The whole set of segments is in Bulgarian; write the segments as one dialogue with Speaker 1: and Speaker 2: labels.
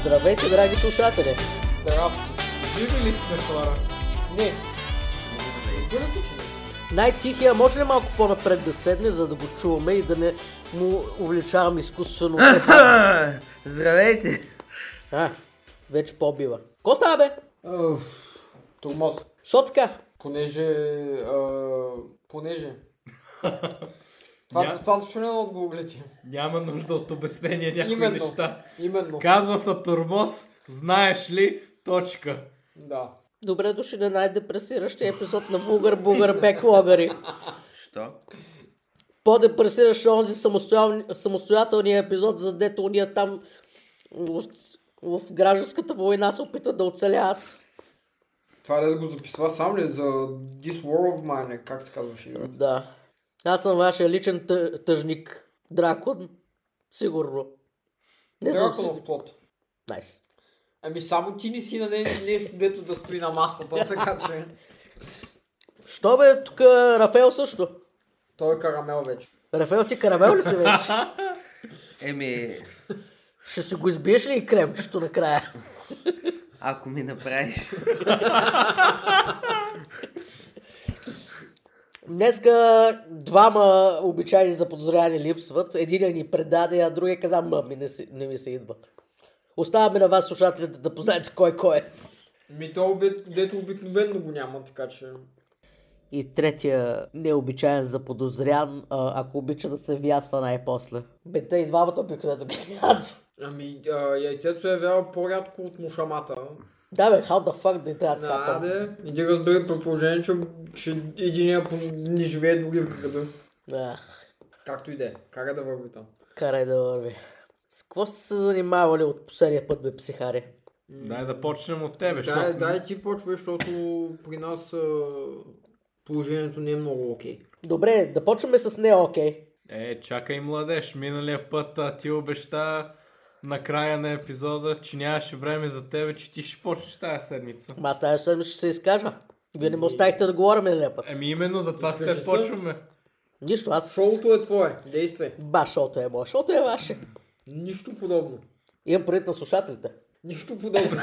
Speaker 1: Здравейте, драги слушатели!
Speaker 2: Здрасти. Живи ли сте хора?
Speaker 1: Не,
Speaker 2: Разбира се, че не.
Speaker 1: най-тихия може ли малко по-напред да седне, за да го чуваме и да не му увлечавам изкуствено ухата?
Speaker 3: Ха! Здравейте!
Speaker 1: А, вече по-бива. Ко става бе?
Speaker 2: Тормоз.
Speaker 1: Що така?
Speaker 2: Понеже... а, Понеже... Това
Speaker 4: Ня-
Speaker 2: достатъчно е от гуглите.
Speaker 4: Няма нужда от обяснение някои
Speaker 2: Именно.
Speaker 4: неща.
Speaker 2: Именно.
Speaker 4: Казва се Тормоз, знаеш ли, точка.
Speaker 2: Да.
Speaker 1: Добре дошли на най-депресиращия епизод на Бугър Бугър Бек Логари.
Speaker 3: Що?
Speaker 1: По-депресиращ е онзи самостоял- самостоятелния епизод, за дето уния там в, в гражданската война се опитват да оцеляват.
Speaker 2: Това ли да го записва сам ли за This War of Mine, как се казваше?
Speaker 1: Да. Аз съм вашия личен тъ- тъжник. Дракон. Сигурно. Не съм сигурен.
Speaker 2: Драконов плод.
Speaker 1: Найс.
Speaker 2: Ами само ти не си на нея, не си дето да стои на масата, така че...
Speaker 1: Що бе тук Рафаел също?
Speaker 2: Той е карамел вече.
Speaker 1: Рафаел ти карамел ли си вече?
Speaker 3: Еми,
Speaker 1: Ще си го избиеш ли и кремчето накрая?
Speaker 3: ако ми направиш...
Speaker 1: Днеска двама обичайни за подозряване липсват. Един ни предаде, а другия каза, мъми, не, си- не ми се идва. Оставаме на вас, слушателите, да познаете кой кой е.
Speaker 2: Ми то обе- дето обикновенно го няма, така че...
Speaker 1: И третия необичайен заподозрян, а, ако обича да се вясва най-после. Бе, те и двамата обикновено ги гледат.
Speaker 2: Ами, а, яйцето е вяла по-рядко от мушамата.
Speaker 1: Да бе, how the fuck да и трябва така. толкова?
Speaker 2: Да, да. Иди разбери при положение, че, че единия по- не живее други в града.
Speaker 1: Ах,
Speaker 2: Както и да е. Кара да върви там.
Speaker 1: карай да върви. С какво сте се занимавали от последния път, бе, психари?
Speaker 4: Дай да почнем от тебе,
Speaker 2: Дай,
Speaker 4: защото
Speaker 2: дай ти почвай, защото при нас а, положението не е много окей.
Speaker 1: Добре, да почваме с не окей.
Speaker 4: Е, чакай младеж, миналия път а, ти обеща на края на епизода, че нямаше време за тебе, че ти ще почнеш тази седмица.
Speaker 1: Ма аз тази седмица ще се изкажа. Вие не ме оставихте да говорим миналия път.
Speaker 4: Еми именно за това с
Speaker 2: Искаш ли
Speaker 4: те
Speaker 2: се?
Speaker 4: почваме.
Speaker 1: Нищо, аз...
Speaker 2: Шоуто е твое. Действай.
Speaker 1: Ба, шоуто е мое, шоуто е ваше.
Speaker 2: Нищо подобно.
Speaker 1: Имам предвид на слушателите.
Speaker 2: Нищо подобно.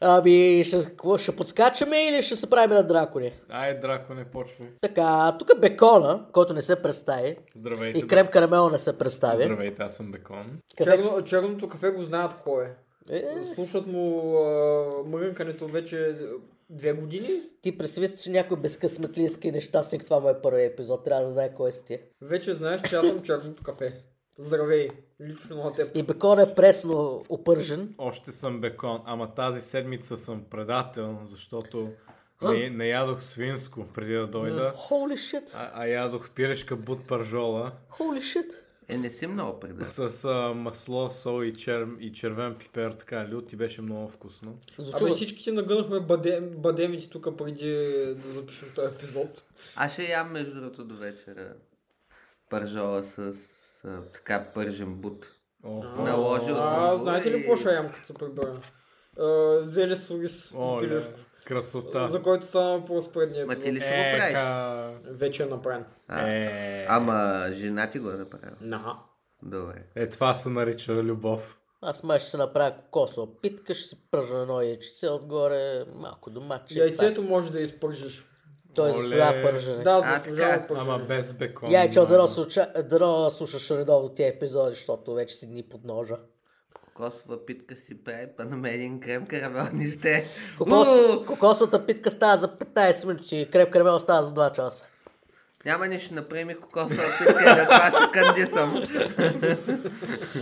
Speaker 1: Ами, ще, какво, ще подскачаме или ще се правим на дракони?
Speaker 4: Ай, драко, не почвай.
Speaker 1: Така, тук е бекона, който не се представи,
Speaker 4: Здравейте.
Speaker 1: и крем карамел не се представи.
Speaker 4: Здравейте, аз съм Бекон.
Speaker 1: Къде?
Speaker 2: Черно, черното кафе го знаят кой е.
Speaker 1: Е,
Speaker 2: Слушат му а, мрънкането вече две години.
Speaker 1: ти представи си, че някой безкъсметлийски нещастник, това му е първият епизод, трябва да знае кой си ти. е.
Speaker 2: Вече знаеш, че аз съм черното кафе. Здравей. Лично на теб.
Speaker 1: И бекон е пресно опържен.
Speaker 4: Още съм Бекон, ама тази седмица съм предател, защото не, не ядох свинско преди да дойда.
Speaker 1: Holy shit,
Speaker 4: А, а ядох пирешка бут пържола
Speaker 1: holy shit.
Speaker 3: Е, не си много предал.
Speaker 4: с а, масло, сол и, чер, и червен пипер, така лют и беше много вкусно.
Speaker 1: Звучи...
Speaker 2: Абе всички си нагънахме бадем, бадемите тук преди да запишем този епизод.
Speaker 3: Аз ще ям между другото до вечера пържола с а, така пържен бут.
Speaker 4: О,
Speaker 3: Наложил съм
Speaker 2: А,
Speaker 3: го
Speaker 2: знаете ли
Speaker 3: и-
Speaker 2: какво ще ям, като се прибера? Зеле с рис и
Speaker 4: Оле,
Speaker 2: пилешко,
Speaker 4: красота.
Speaker 2: за който стана въпрос предния
Speaker 3: Ма ти
Speaker 2: епизод.
Speaker 3: ли ще го правиш?
Speaker 4: Еха.
Speaker 2: Вече е направен.
Speaker 3: А,
Speaker 4: Е,
Speaker 3: ама жена ти го е направила.
Speaker 2: Наха.
Speaker 3: Добре.
Speaker 4: е, това се нарича любов.
Speaker 1: Аз май ще се направя кокосова питка, ще си пръжа едно яйчице, отгоре малко домаче.
Speaker 2: Яйцето може да изпържиш.
Speaker 1: Той
Speaker 4: Оле.
Speaker 1: заслужава пържене.
Speaker 2: Да,
Speaker 3: Е, А,
Speaker 2: заслужава
Speaker 3: така.
Speaker 4: Ама
Speaker 2: пържене.
Speaker 4: без бекон.
Speaker 1: Яйчо, дано,
Speaker 4: да.
Speaker 1: случа... дано слушаш редовно тия епизоди, защото вече си дни под ножа.
Speaker 3: Кокосова питка си прави, па на мен един крем карамел ни ще е.
Speaker 1: Кокос...
Speaker 3: Уу!
Speaker 1: Кокосната питка става за 15 минути, креп карамел става за 2 часа.
Speaker 3: Няма нищо, направи ми кокосова питка и на това ще кандисам.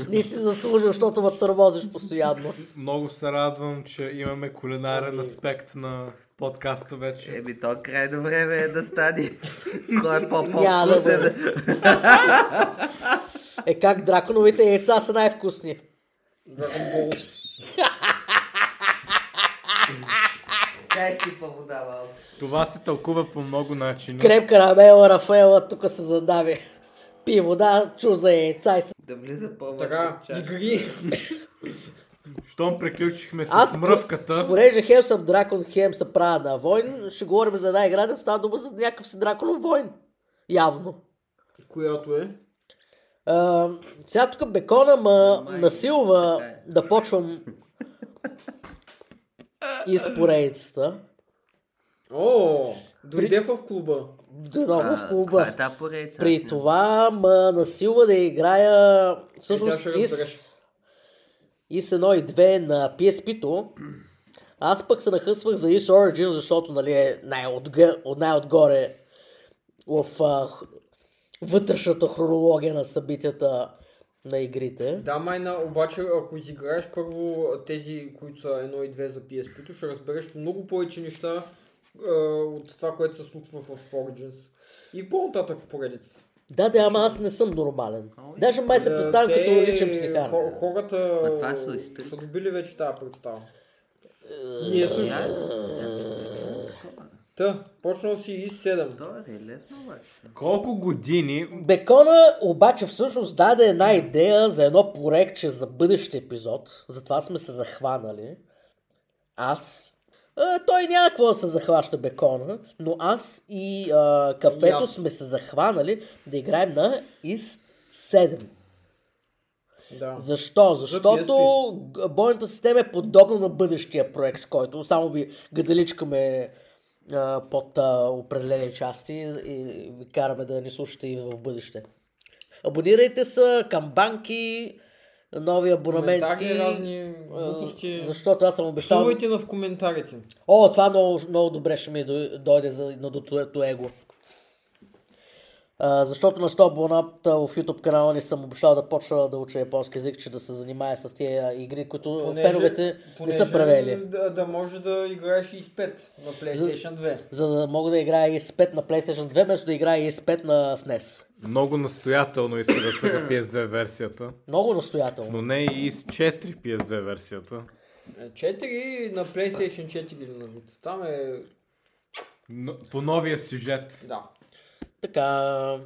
Speaker 1: Не си заслужил, защото ме тормозиш постоянно.
Speaker 4: Много се радвам, че имаме кулинарен аспект на подкаста вече.
Speaker 3: Еми то крайно време е да стане. Кой
Speaker 1: Няма
Speaker 3: е
Speaker 1: да
Speaker 3: по-по-вкусен?
Speaker 1: Е как драконовите яйца са най-вкусни.
Speaker 2: Dragon Balls.
Speaker 3: Дай си по-вода, малко.
Speaker 4: Това се тълкува по много начини.
Speaker 1: Крем карамел, Рафаела, тук се задави. Пи вода, чуза яйца и се...
Speaker 3: Да влиза по-вътре.
Speaker 2: Така, игри.
Speaker 4: Щом приключихме с
Speaker 1: Аз-
Speaker 4: мръвката.
Speaker 1: Понеже хем съм дракон, хем се правя на войн, ще говорим за една игра, да става дума за някакъв си драконов войн. Явно.
Speaker 2: Която е?
Speaker 1: А, сега тук бекона ма
Speaker 3: Май,
Speaker 1: насилва
Speaker 3: така е.
Speaker 1: да почвам и с поредицата.
Speaker 2: О, дойде в клуба.
Speaker 1: Дойдох в
Speaker 3: А,
Speaker 1: клуба.
Speaker 3: каква е та поредица? Аз
Speaker 1: При
Speaker 3: не-
Speaker 1: това ма насилва да играя
Speaker 2: Сега
Speaker 1: всъщност
Speaker 2: ще
Speaker 1: и
Speaker 2: разбереш.
Speaker 1: с, и с едно и две на PSP-то. Аз пък се нахъсвах за Is Origin, защото нали, е най-отгъ... от- най-отгоре в а, х- вътрешната хронология на събитията на игрите.
Speaker 2: Да, майна, обаче ако изиграеш първо тези, които са 1 и 2 за PSP-то, ще разбереш много повече неща е, от това, което се случва в Origins. И по-нататък в поредицата.
Speaker 1: Да, да, ама аз не съм нормален.
Speaker 3: Ой.
Speaker 1: Даже май се
Speaker 2: Е,
Speaker 1: представям
Speaker 2: те-
Speaker 1: като личен психар.
Speaker 2: хо- Хората
Speaker 3: Ма това са Е, историк.
Speaker 2: са добили вече тази представа. Ние също.
Speaker 3: Я- я-
Speaker 2: Та, почнал си и с 7.
Speaker 3: То е релефно обаче.
Speaker 4: Колко години...
Speaker 1: Бекона обаче всъщност даде една идея за едно проектче за бъдещ епизод. Затова сме се захванали. Аз. А, той няма какво да се захваща бекона, но аз и а, кафето
Speaker 2: И аз.
Speaker 1: сме се захванали да играем на ИС 7.
Speaker 2: Да.
Speaker 1: Защо? Защото г- бойната система е подобна на бъдещия проект, който само ви гадаличкаме а, под а, определени части и ви караме да ни слушате и в бъдеще. Абонирайте се, камбанки, нови абонаменти.
Speaker 2: Коментари, разни
Speaker 1: а,
Speaker 2: глупости.
Speaker 1: Защото аз съм обещал...
Speaker 2: Псувайте на в коментарите.
Speaker 1: О, това много, много добре ще ми дой- дойде за, на дотуето его. А, защото на 100 абоната в YouTube канала ни съм обещал да почна да уча японски язик, че да се занимая с тия игри, които феновете не са превели.
Speaker 2: Да, да може да играеш и с 5 на PlayStation 2.
Speaker 1: За да мога да играя и с 5 на PlayStation 2, вместо да играя и с 5 на SNES.
Speaker 4: Много настоятелно иска да цъка PS2 версията,
Speaker 1: Много настоятелно.
Speaker 4: но не и с 4 PS2 версията.
Speaker 2: 4 Е, на PlayStation 4 на вид. Там е...
Speaker 4: Но, по новия сюжет.
Speaker 2: Да.
Speaker 1: Така,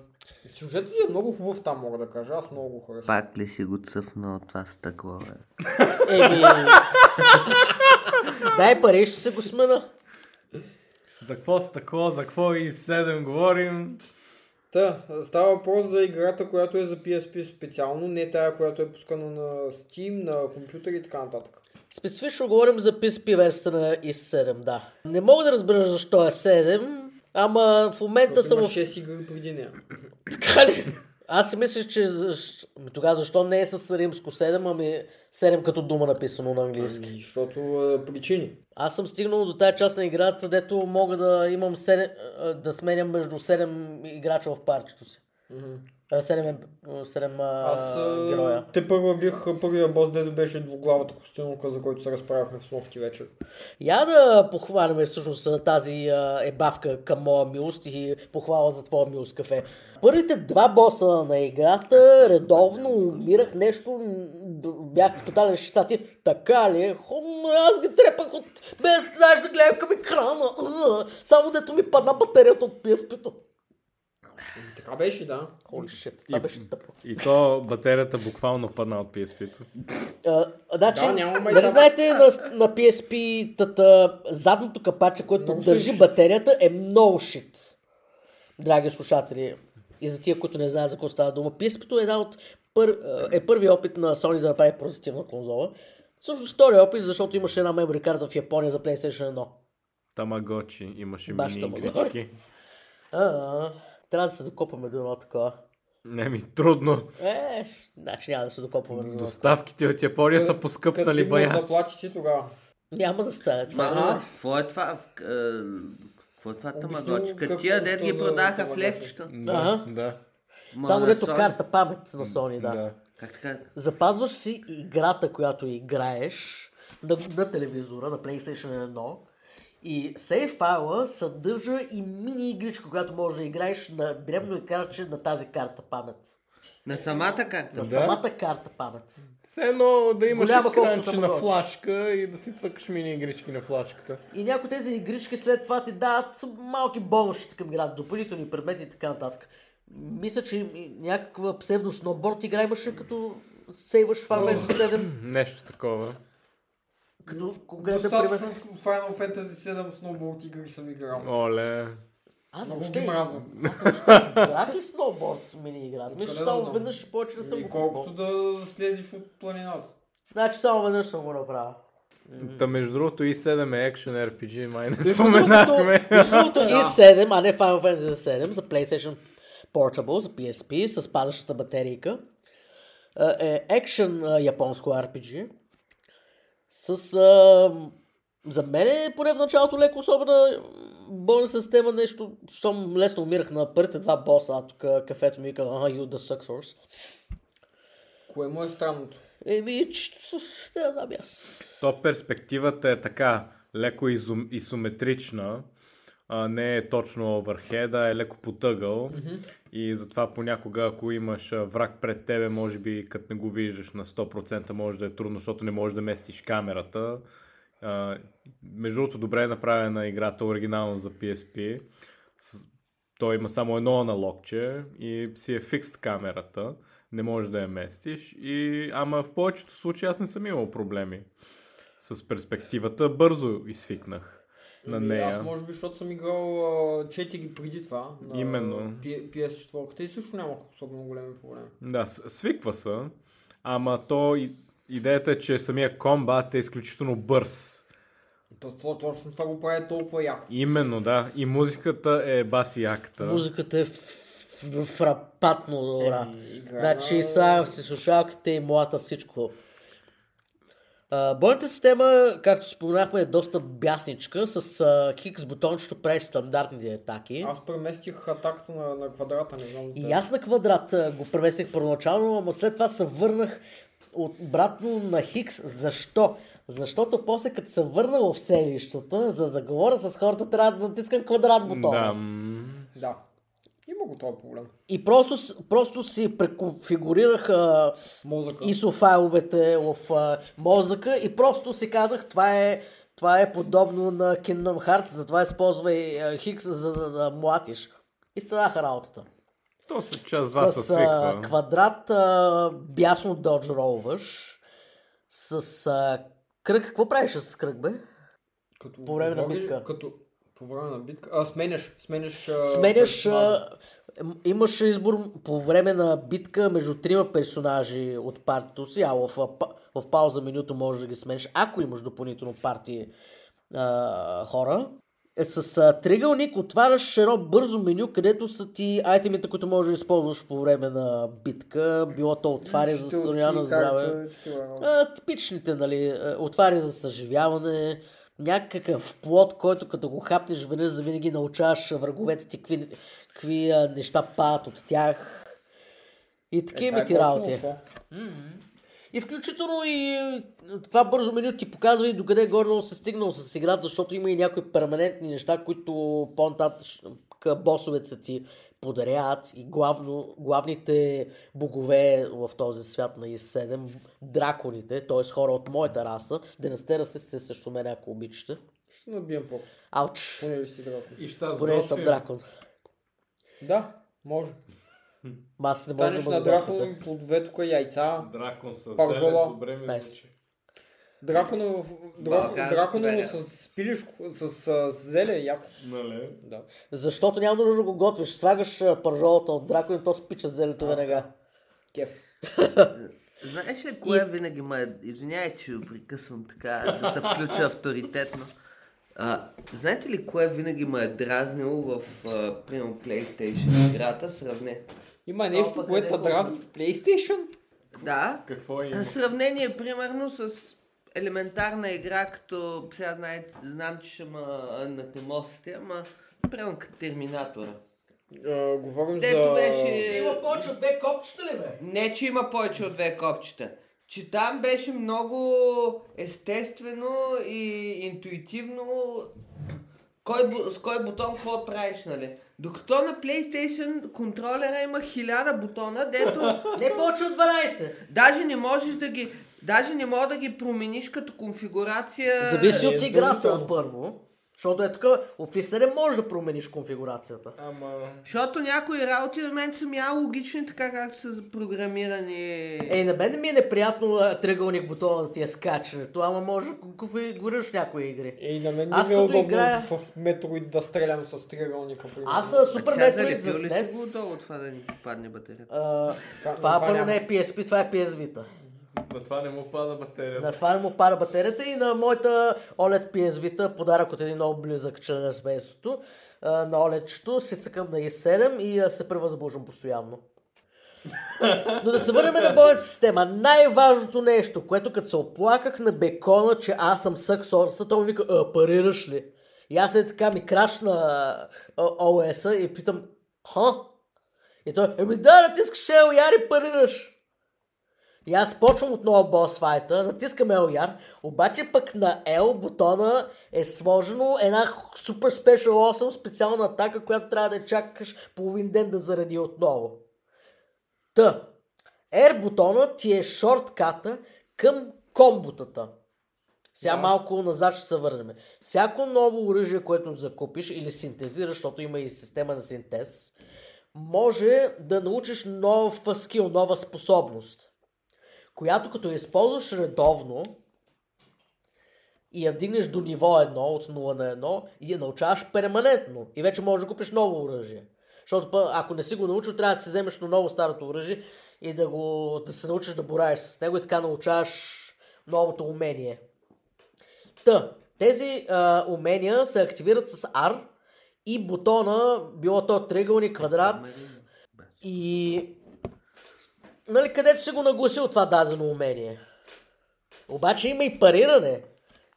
Speaker 2: Сюжетът си е много хубав там, мога да кажа. Аз много го харесвам.
Speaker 3: Пак ли си го цъфна от това стъкло, бе?
Speaker 1: еми... Дай пари, ще се го смена.
Speaker 4: За какво с такова, за какво и 7 говорим?
Speaker 2: Та, става въпрос за играта, която е за PSP специално, не тая, която е пускана на Steam, на компютъри и така нататък.
Speaker 1: Специфично говорим за PSP версията на IS-7, да. Не мога да разбера защо е 7, ама в момента
Speaker 2: Защото
Speaker 1: съм...
Speaker 2: има
Speaker 1: в-
Speaker 2: 6 игри преди нея.
Speaker 1: Така ли? Аз си мисля, че... защ- Ми тогава защо не е с римско 7, ами 7 като дума написано на английски.
Speaker 2: Ами, защото е, причини.
Speaker 1: Аз съм стигнал до тази част на играта, дето мога да имам 7, а, да сменям между 7 играча в партито си.
Speaker 2: Мгм.
Speaker 1: 7, 7
Speaker 2: Аз а,
Speaker 1: героя.
Speaker 2: те първа бих а, първия бос, дето беше двуглавата костюмка, за който се разправяхме с нощи вечер.
Speaker 1: Я да похвалим всъщност тази а, ебавка към моя милост и похвала за твоя милост кафе. Първите два боса на играта редовно умирах нещо, м, д- бях тотален щати. Така ли? Хум, аз ги трепах от... без знаеш да гледам към екрана. А, Само дето ми падна батерията от PSP-то.
Speaker 2: Ами, така беше, да.
Speaker 1: Holy shit, това
Speaker 4: И-
Speaker 1: беше тъпо.
Speaker 4: И то батерията буквално падна от PSP-то.
Speaker 1: А, значи,
Speaker 2: Да, няма майтап.
Speaker 1: нали знаете на, на PSP-тата задното капаче, което
Speaker 2: Много
Speaker 1: държи
Speaker 2: shit.
Speaker 1: батерията е много шит. Драги слушатели, и за тия, които не знаят за какво става дума, PSP-то е, една от пър, е първи опит на Sony да направи портативна конзола. Също втори опит, защото имаше една memory карта в Япония за PlayStation 1.
Speaker 4: Тамагочи имаше
Speaker 1: Баш
Speaker 4: мини
Speaker 1: тамагочи.
Speaker 4: игрички.
Speaker 1: А, трябва да се докопаме до едно такова.
Speaker 4: Не ми трудно.
Speaker 1: Е, значи няма да се докопваме до едно.
Speaker 4: Доставките от Япония
Speaker 2: Къ-
Speaker 4: са
Speaker 2: Като
Speaker 4: поскъпнали
Speaker 2: ти
Speaker 4: бая.
Speaker 2: заплатите тогава.
Speaker 1: Няма да стане това.
Speaker 3: Ма, какво е това? В- е, Какво е това
Speaker 2: Обясни
Speaker 3: тамагочи? Като
Speaker 2: какво
Speaker 3: тия
Speaker 2: е
Speaker 3: дет
Speaker 2: то
Speaker 3: ги
Speaker 2: за
Speaker 3: продаха в
Speaker 2: тамагочи.
Speaker 3: левчета.
Speaker 4: Да,
Speaker 1: Ага.
Speaker 4: да.
Speaker 3: Ма,
Speaker 1: Само
Speaker 3: на
Speaker 1: дето
Speaker 3: Sony-
Speaker 1: карта памет на Sony, да.
Speaker 4: да.
Speaker 3: Как така?
Speaker 1: Запазваш си играта, която играеш на, на телевизора, на PlayStation 1 и сейф файла съдържа и мини игричка, която можеш да играеш на дребно екранче на тази карта памет.
Speaker 3: На самата
Speaker 1: На
Speaker 3: карта.
Speaker 4: Да.
Speaker 1: самата карта памет.
Speaker 4: Все едно да имаш
Speaker 1: Голяма колкото
Speaker 4: екранче на
Speaker 1: тамагочи.
Speaker 4: флашка и да си цъкаш мини игрички на флашката.
Speaker 1: И някои тези игрички след това ти дават малки бонусчета към играта, допълнителни предмети и така нататък. Мисля, че и някаква псевдо сноуборд игра имаше като сейваш Final Fantasy 7,
Speaker 4: Нещо такова.
Speaker 1: като конкретен пример.
Speaker 2: Достатъчно в Final Fantasy 7 сноуборд игри съм играл.
Speaker 4: Оле.
Speaker 1: Аз
Speaker 2: Много
Speaker 1: въобще,
Speaker 2: ги мразя.
Speaker 1: аз въобще играх ли сноуборд мини играта? Мисля, че
Speaker 2: Откъде да
Speaker 1: само
Speaker 2: знам?
Speaker 1: веднъж ще повече да съм
Speaker 2: И
Speaker 1: го
Speaker 2: колкото
Speaker 1: пробвал.
Speaker 2: да слезеш от планината.
Speaker 1: Значи само веднъж съм го направил.
Speaker 4: Та между другото и 7 е Action RPG, май не
Speaker 1: Между
Speaker 4: споменахме.
Speaker 1: другото- Между другото и 7, а не Final Fantasy 7 за PlayStation Portable, за PSP, с падащата батерийка. А, Е екшен а, японско RPG. С... А, за мен е поне в началото леко особена бонус система, нещо, щом лесно умирах на първите два боса, а тук а, кафето ми каза, ага, you the suck source.
Speaker 2: Кое му е странното?
Speaker 1: Еми, ч- не да знам и ами аз.
Speaker 4: То перспективата е така, леко изум, изометрична, а не е точно върхеда, е леко потъгъл и затова понякога, ако имаш а, враг пред тебе, може би като не го виждаш на 100% може да е трудно, защото не можеш да местиш камерата. А, между другото, добре е направена играта оригинално за PSP. С- Той има само едно аналогче и си е фикст камерата. Не можеш да я местиш. И... Ама в повечето случаи аз не съм имал проблеми с перспективата. Бързо изсвикнах на
Speaker 2: Ами,
Speaker 4: нея.
Speaker 2: Аз може би, защото съм играл а, 4 преди това. На
Speaker 4: Именно.
Speaker 2: P- PS4 и също нямах особено големи проблеми.
Speaker 4: Да, с- свиква са, ама то и- идеята е, че самия комбат е изключително бърз.
Speaker 2: То, това, точно това го прави толкова яко.
Speaker 4: Именно, да. И музиката е баси акта.
Speaker 1: Музиката е ф- фрапатно добра.
Speaker 2: Еми, игра
Speaker 1: Значи
Speaker 2: на-
Speaker 1: слагам си слушалките и млата всичко. А, бойната система, както споменахме, е доста бясничка. С а, хикс бутончето правиш стандартните атаки.
Speaker 2: Аз преместих атаката на, на квадрата, не знам за теб.
Speaker 1: И аз на квадрат а, го преместих първоначално, ама след това се върнах обратно на Хикс. Защо? Защото после като се върна в селищата, за да говоря с хората, трябва да натискам квадрат
Speaker 2: е
Speaker 1: бутона.
Speaker 4: Да. м.
Speaker 2: Да. Има го този проблем.
Speaker 1: И просто, с- просто си преконфигурирах а,
Speaker 2: Мозъка.
Speaker 1: ISO файловете в а, мозъка и просто си казах, това е, това е подобно на Kingdom Hearts, затова използвай а, Хикс, за да, да млатиш. И станаха работата.
Speaker 4: То се час два се
Speaker 1: а,
Speaker 4: свиква.
Speaker 1: квадрат а, бясно додж ролваш. С а, кръг. Какво правиш с кръг, бе?
Speaker 2: Като
Speaker 1: По време на
Speaker 2: говориш-
Speaker 1: битка.
Speaker 2: Като по време на битка. А, сменяш, сменяш. а,
Speaker 1: Сменяш.
Speaker 2: персонажа.
Speaker 1: А, м- имаш избор по време на битка между трима персонажи от партито си, а в, а, па- в пауза менюто можеш да ги смениш, ако имаш допълнително парти а, хора. Е, С а, тригълник отваряш едно бързо меню, където са ти айтемите, които можеш да използваш по време на битка. Било то отваря за
Speaker 2: Учителски,
Speaker 1: състояние на
Speaker 2: както
Speaker 1: здраве.
Speaker 2: е, такива работи.
Speaker 1: А, типичните, нали, а, отваря за съживяване, някакъв плод, който като го хапнеш веднъж за винаги научаваш враговете ти какви, какви а, неща падат от тях. И
Speaker 2: Е,
Speaker 1: такива
Speaker 2: това е
Speaker 1: ти
Speaker 2: по-основно
Speaker 1: работи.
Speaker 2: това.
Speaker 1: И включително и това бързо меню ти показва и докъде горе се стигнал с играта, защото има и някои перманентни неща, които по-нататък босовете ти подаряват и главно, главните богове в този свят на ИС-7, драконите, т.е. хора от моята раса, Денастера се сте също мен, ако обичате.
Speaker 2: Ще набием покус.
Speaker 1: Ауч,
Speaker 2: Понеже си дракон.
Speaker 4: И щас
Speaker 1: поне съм
Speaker 4: готвим.
Speaker 1: дракон.
Speaker 2: Да, може.
Speaker 1: Ма Аз не може да
Speaker 2: Станеш
Speaker 1: ме
Speaker 2: на
Speaker 1: заготвяте.
Speaker 2: дракон, плодове тук е яйца.
Speaker 4: Дракон с
Speaker 2: Пак
Speaker 4: зелен,
Speaker 2: жола.
Speaker 4: добре ми
Speaker 1: Найс.
Speaker 4: звучи.
Speaker 2: Дракона, в- драк-
Speaker 3: Балкан,
Speaker 2: дракона му
Speaker 3: Сибирия.
Speaker 2: с пилешко, с, а, с зеле, яко.
Speaker 4: Нали?
Speaker 2: Да.
Speaker 1: Защото няма нужда да го готвиш. Слагаш а, пържолата от дракон и то спича зелето веднага.
Speaker 2: Кеф.
Speaker 3: Знаеш ли, кое винаги ме... е- Извинявай, че прекъсвам така, да се включа авторитетно. А, знаете ли, кое винаги ме е дразнило в, а, примерно, PlayStation играта? Сравне.
Speaker 2: Има
Speaker 3: Опа,
Speaker 2: нещо, което
Speaker 3: къде
Speaker 1: е
Speaker 2: те дразни в PlayStation?
Speaker 3: Да,
Speaker 4: Какво има?
Speaker 3: а, сравнение, примерно, с елементарна игра, като сега знаете, знам, че ще ма анатемосите, ама примерно като Терминатора.
Speaker 2: А, Говорим
Speaker 3: Дето
Speaker 2: за...
Speaker 3: беше- Ще има
Speaker 1: повече от две копчета ли бе?
Speaker 3: Не, че има повече от две копчета. Че там беше много естествено и интуитивно кой, бу- с кой бутон какво правиш, нали? Докато на PlayStation контролера има хиляда бутона, дето
Speaker 1: Не повече от 12.
Speaker 3: даже не можеш да ги... Даже не мога да ги промениш като конфигурация.
Speaker 1: Зависи
Speaker 2: Е,
Speaker 1: от играта
Speaker 2: задължително.
Speaker 1: първо. Защото е така, офисър не можеш да промениш конфигурацията.
Speaker 2: Ама...
Speaker 3: Защото някои работи на мен са ми алогични, така както са програмирани.
Speaker 1: Е, на мен ми е неприятно а, тръгълник бутона да ти е скачането, ама може да конфигурираш някои игри.
Speaker 2: И на мен не
Speaker 1: Аз
Speaker 2: ми е
Speaker 1: като
Speaker 2: удобно
Speaker 1: играя-
Speaker 2: в Метроид да стрелям с триъгълника. примерно.
Speaker 1: Аз а, Супер
Speaker 3: Сега
Speaker 1: Metroid
Speaker 3: е, залепил
Speaker 1: за
Speaker 3: ли си
Speaker 1: днес...
Speaker 3: го отдолу това да ни попадне батерията?
Speaker 1: а, това
Speaker 2: Това- това
Speaker 1: първо
Speaker 2: няма.
Speaker 1: не е PSP, това е PS Vita.
Speaker 4: На това не му пада батерията.
Speaker 1: На това не му пара батерията и на моята OLED PS Vita, подарък от един много близък член на семейството, а, на OLED-чето, си цъкам на i7 и а, се превъзбуждам постоянно. Но да се върнем на бойната система. Най-важното нещо, което като се оплаках на бекона, че аз съм сексорса, той ми вика, а, парираш ли? И аз е така ми крашна а, OS-а и питам, ха? И той, еми да, натискаш Ел, яри, парираш. И аз почвам отново бос файта, натискам LR, обаче пък на L бутона е сложено една супер спешъл 8 специална атака, която трябва да я чакаш половин ден да заради отново. Та, R бутона ти е шортката към комботата. Сега да. малко назад ще се върнем. Всяко ново оръжие, което закупиш или синтезираш, защото има и система на синтез, може да научиш нов скил, нова способност която като я използваш редовно и я вдигнеш до ниво 1, от 0 на 1, и я научаваш перманентно. И вече можеш да купиш ново оръжие. Защото пъ- ако не си го научил, трябва да си вземеш на ново старото оръжие и да, го, да се научиш да бораеш с него и така научаваш новото умение. Та, тези а, умения се активират с R и бутона, било то триъгълник, квадрат и нали, където си го нагласил това дадено умение. Обаче има и париране.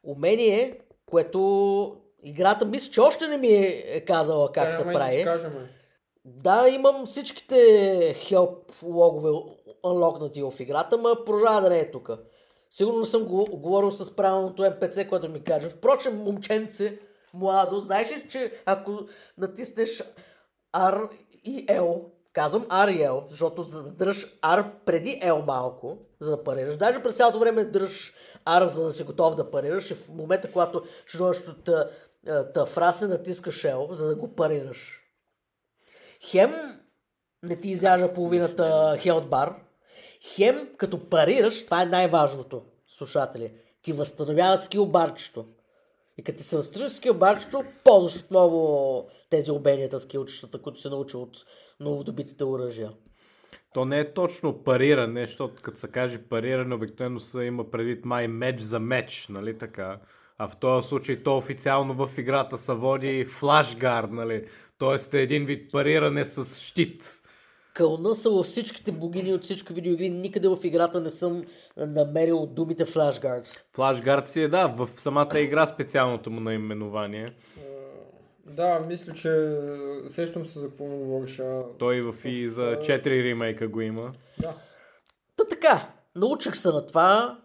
Speaker 1: Умение, което играта мисля, че още не ми е е казала как
Speaker 2: Е,
Speaker 1: се
Speaker 2: ама и
Speaker 1: прави.
Speaker 2: ще кажем, бе.
Speaker 1: Да, имам всичките help логове unlockнати в играта, ма продължава да не е тук. Сигурно съм го, говорил с правилното NPC, което ми каже. Впрочем, момченце, младо, знаеш ли, че ако натиснеш R и L, казвам R и L, защото за да дръж R преди L малко, за да парираш, даже през цялото време дръж R, за да си готов да парираш и в момента, когато чуждането та фрасе, натискаш L, за да го парираш хем не ти изяжда половината хелт бар, хем като парираш, това е най-важното, слушатели, ти възстановява скил барчето. И като ти се възстанови скил барчето, ползваш отново тези уменията, скилчетата, които се научи от новодобитите оръжия.
Speaker 4: То не е точно париране, защото като се каже париране, обикновено се има предвид май меч за меч, нали така? А в този случай то официално в играта се води флашгар, нали? Тоест е един вид париране с щит.
Speaker 1: Кълна са във всичките богини от всички видеоигри, никъде в играта не съм намерил думите Flashguard.
Speaker 4: Флашгард си е, да, в самата игра специалното му наименование.
Speaker 2: Да, мисля, че сещам се за какво му говориш. А...
Speaker 4: Той в и за 4 ремейка го има.
Speaker 2: Да.
Speaker 1: Та така, научих се на това,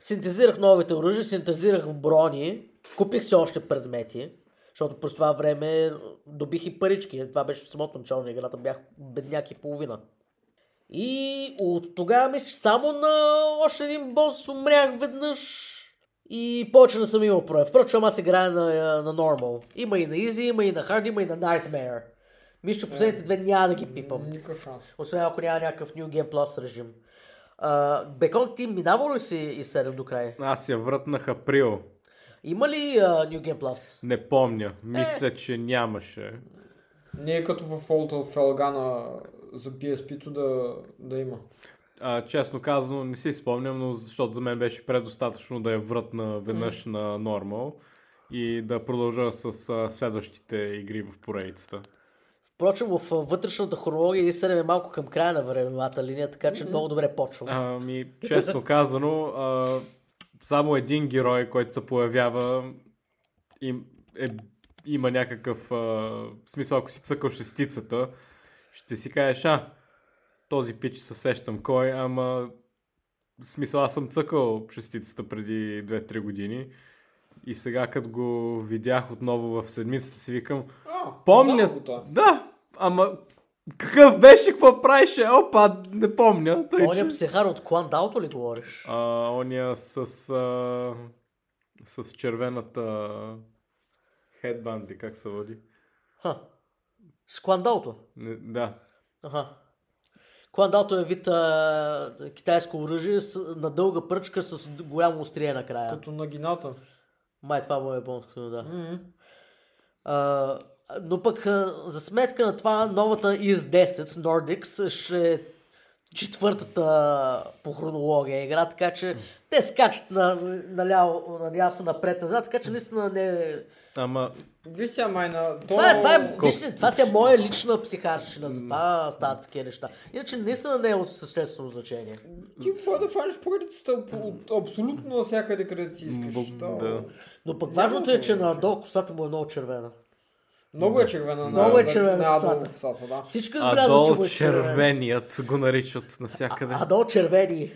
Speaker 1: синтезирах новите оръжия, синтезирах брони, купих си още предмети, защото през това време добих и парички. Това беше в самото начало на играта, бях бедняк и половина. И от тогава мисля, че само на още един бос умрях веднъж и повече не съм имал прояв. Впрочем, аз играя на, на Normal. Има и на Easy, има и на Hard, има и на Nightmare. Мисля, че последните две няма да ги пипам.
Speaker 2: Никакъв шанс.
Speaker 1: Освен ако няма някакъв New Game Plus режим. А, Бекон, ти минавал ли си и 7 до края?
Speaker 4: Аз я вратнах април.
Speaker 1: Има ли а, New Game Plus?
Speaker 4: Не помня. Мисля, че нямаше.
Speaker 2: Не е като в Old of Felgana за PSP-то да, да има.
Speaker 4: А, честно казано, не си спомням, но защото за мен беше предостатъчно да я вратна веднъж на нормал и да продължа с а, следващите игри в поредицата.
Speaker 1: Впрочем, в а, вътрешната хронология и 7 е малко към края на времевата линия, така че много добре почвам.
Speaker 4: Ами, честно казано, а, само един герой, който се появява, им, е, има някакъв а, в смисъл, ако си цъкал шестицата, ще си кажеш, а, този пич се сещам кой, ама в смисъл, аз съм цъкал шестицата преди 2-3 години и сега като го видях отново в седмицата си викам,
Speaker 2: А,
Speaker 4: помня,
Speaker 2: знам го това.
Speaker 4: да, ама какъв беше, какво правеше, опа, не помня. Тъй,
Speaker 1: Оня
Speaker 4: че-
Speaker 1: психар е от Клан Дауто ли говориш?
Speaker 4: а, ония с... А, с червената... Headband ли, как се води?
Speaker 1: Ха. С кландалто.
Speaker 4: Не, да.
Speaker 1: Аха. Кландалто е вид а, китайско оръжие с, на дълга пръчка с д- голямо острие накрая.
Speaker 2: Като нагината.
Speaker 1: Май това му е японското, да. А, но пък а, за сметка на това новата IS-10 Nordics ще е четвъртата по хронология игра, така че те скачат на, наляво, надясно, напред, назад, така че наистина не...
Speaker 4: Ама,
Speaker 2: Виж сега майна. То...
Speaker 1: Това, е, това, е, вижте, това си е моя лична психарщина, за това стават такива неща. Иначе наистина не е от съществено значение.
Speaker 2: Ти може да фанеш поредицата от, от абсолютно навсякъде, където си искаш.
Speaker 4: Б-
Speaker 2: Та,
Speaker 4: да.
Speaker 1: Но пък
Speaker 2: Няма
Speaker 1: важното е, че
Speaker 2: значение.
Speaker 1: надолу косата му е много червена.
Speaker 2: Много е червена.
Speaker 1: Много е червена
Speaker 2: на- на-
Speaker 1: косата.
Speaker 2: на- косата да.
Speaker 1: Всички
Speaker 4: а
Speaker 1: отбелязват, че му
Speaker 4: долу
Speaker 1: е червен.
Speaker 4: червеният го наричат навсякъде.
Speaker 1: А долу червени.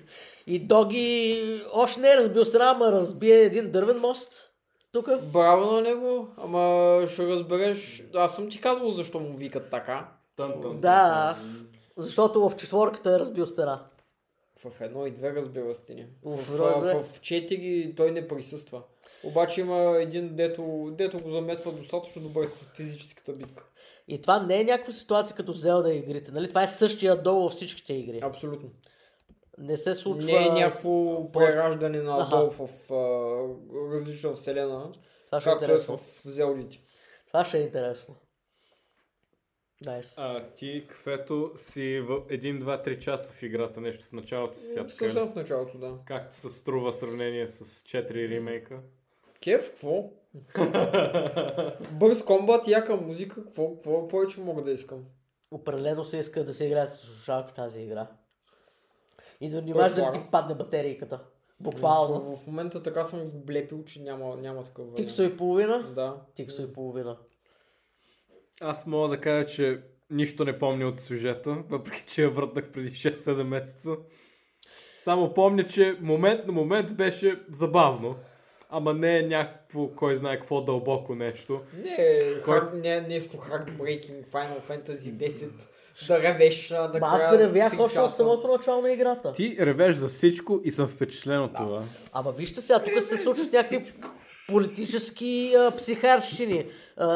Speaker 1: И Доги още не е разбил страна, ама разбие един дървен мост. Тук.
Speaker 2: Браво на него, ама ще разбереш. Аз съм ти казвал защо му викат така.
Speaker 4: Тън, тън.
Speaker 1: Да. Защото в четворката е разбил стена.
Speaker 2: В едно и две разбира се. ни. В,
Speaker 1: Уф,
Speaker 2: в,
Speaker 1: добре.
Speaker 2: в четири той не присъства. Обаче има един, дето, дето го замества достатъчно добър с физическата битка.
Speaker 1: И това не е някаква ситуация като Зелда игрите, нали? Това е същия долу във всичките игри.
Speaker 2: Абсолютно.
Speaker 1: Не се случва...
Speaker 2: Не е някакво прераждане на
Speaker 1: Аха.
Speaker 2: Адолф в а, различна вселена,
Speaker 1: Това ще е
Speaker 2: както е
Speaker 1: интересно.
Speaker 2: в Зелдите.
Speaker 1: Това ще е интересно. Найс.
Speaker 4: А ти, кафето, си в 1-2-3 часа в играта, нещо в началото си сега.
Speaker 2: Всъщност в началото, да.
Speaker 4: Как ти се струва в сравнение с 4 ремейка?
Speaker 2: Кев, какво? Бърз комбат, яка музика, какво, какво повече мога да искам?
Speaker 1: Определено се иска да се играе с слушалки тази игра. И да внимаваш да не ти
Speaker 2: Предполагам.
Speaker 1: падне батерийката. Буквално.
Speaker 2: В, в момента така съм вблепил, че няма, няма такъв вариант.
Speaker 1: Тиксо и половина.
Speaker 2: Да.
Speaker 1: Тиксо и половина.
Speaker 4: Аз мога да кажа, че нищо не помня от сюжета, въпреки че я въртнах преди 6-7 месеца. Само помня, че момент на момент беше забавно. Ама не е някакво, кой знае какво дълбоко нещо.
Speaker 2: Не, е
Speaker 4: Кой-
Speaker 2: хар, не е нещо heartbreaking, Final Fantasy 10, да ревеш а, да
Speaker 1: Ма аз
Speaker 2: края
Speaker 1: ревях
Speaker 2: три
Speaker 1: още от
Speaker 2: часа.
Speaker 1: самото начало на играта.
Speaker 4: Ти ревеш за всичко и съм впечатлен от това.
Speaker 1: Ама вижте сега, тук се случват някакви политически а, психарщини. А,